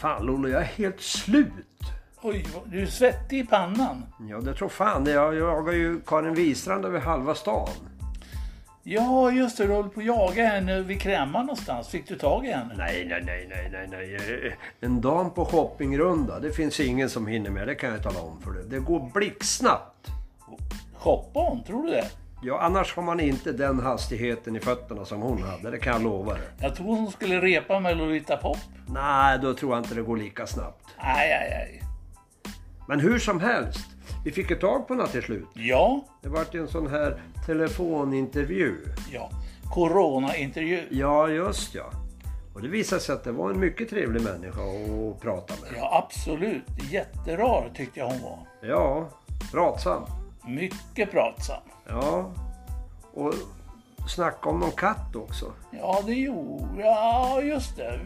Fan Lollo, jag är helt slut. Oj, vad- du är svettig i pannan. Ja, det tror fan det. Jag jagar ju Karin Wistrand över halva stan. Ja, just det. Du håller på att jaga henne vid krämman någonstans. Fick du tag i henne? Nej, nej, nej, nej, nej, nej. En dam på shoppingrunda, det finns ingen som hinner med. Det kan jag tala om för dig. Det går blixtsnabbt. Shoppa hon, tror du det? Ja, annars har man inte den hastigheten i fötterna som hon hade. Det kan jag lova dig. Jag tror hon skulle repa med Lolita Pop. Nej, då tror jag inte det går lika snabbt. Aj, aj, aj. Men hur som helst, vi fick ett tag på henne till slut. Ja, Det vart ju en sån här telefonintervju. ja. Corona-intervju. Ja, just ja. Och det visade sig att det var en mycket trevlig människa att prata med. Ja, absolut. Jätterar tyckte jag hon var. Ja, pratsam. Mycket pratsam. Ja. Och snacka om någon katt också. Ja, det gjorde... Ja, just det.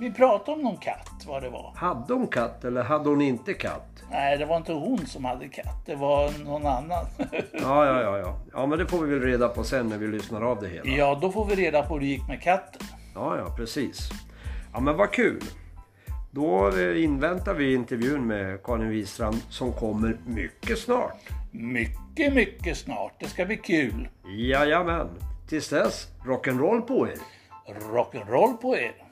Vi pratade om någon katt, vad det var. Hade hon katt eller hade hon inte katt? Nej, det var inte hon som hade katt. Det var någon annan. Ja, ja, ja, ja. Ja, men det får vi väl reda på sen när vi lyssnar av det hela. ja, då får vi reda på hur det gick med katten. Ja, ja, precis. Ja, men vad kul. Då eh, inväntar vi intervjun med Karin Wistrand som kommer mycket snart. Mycket, mycket snart. Det ska bli kul. Jajamän. Tills dess, rock'n'roll på er! Rock'n'roll på er!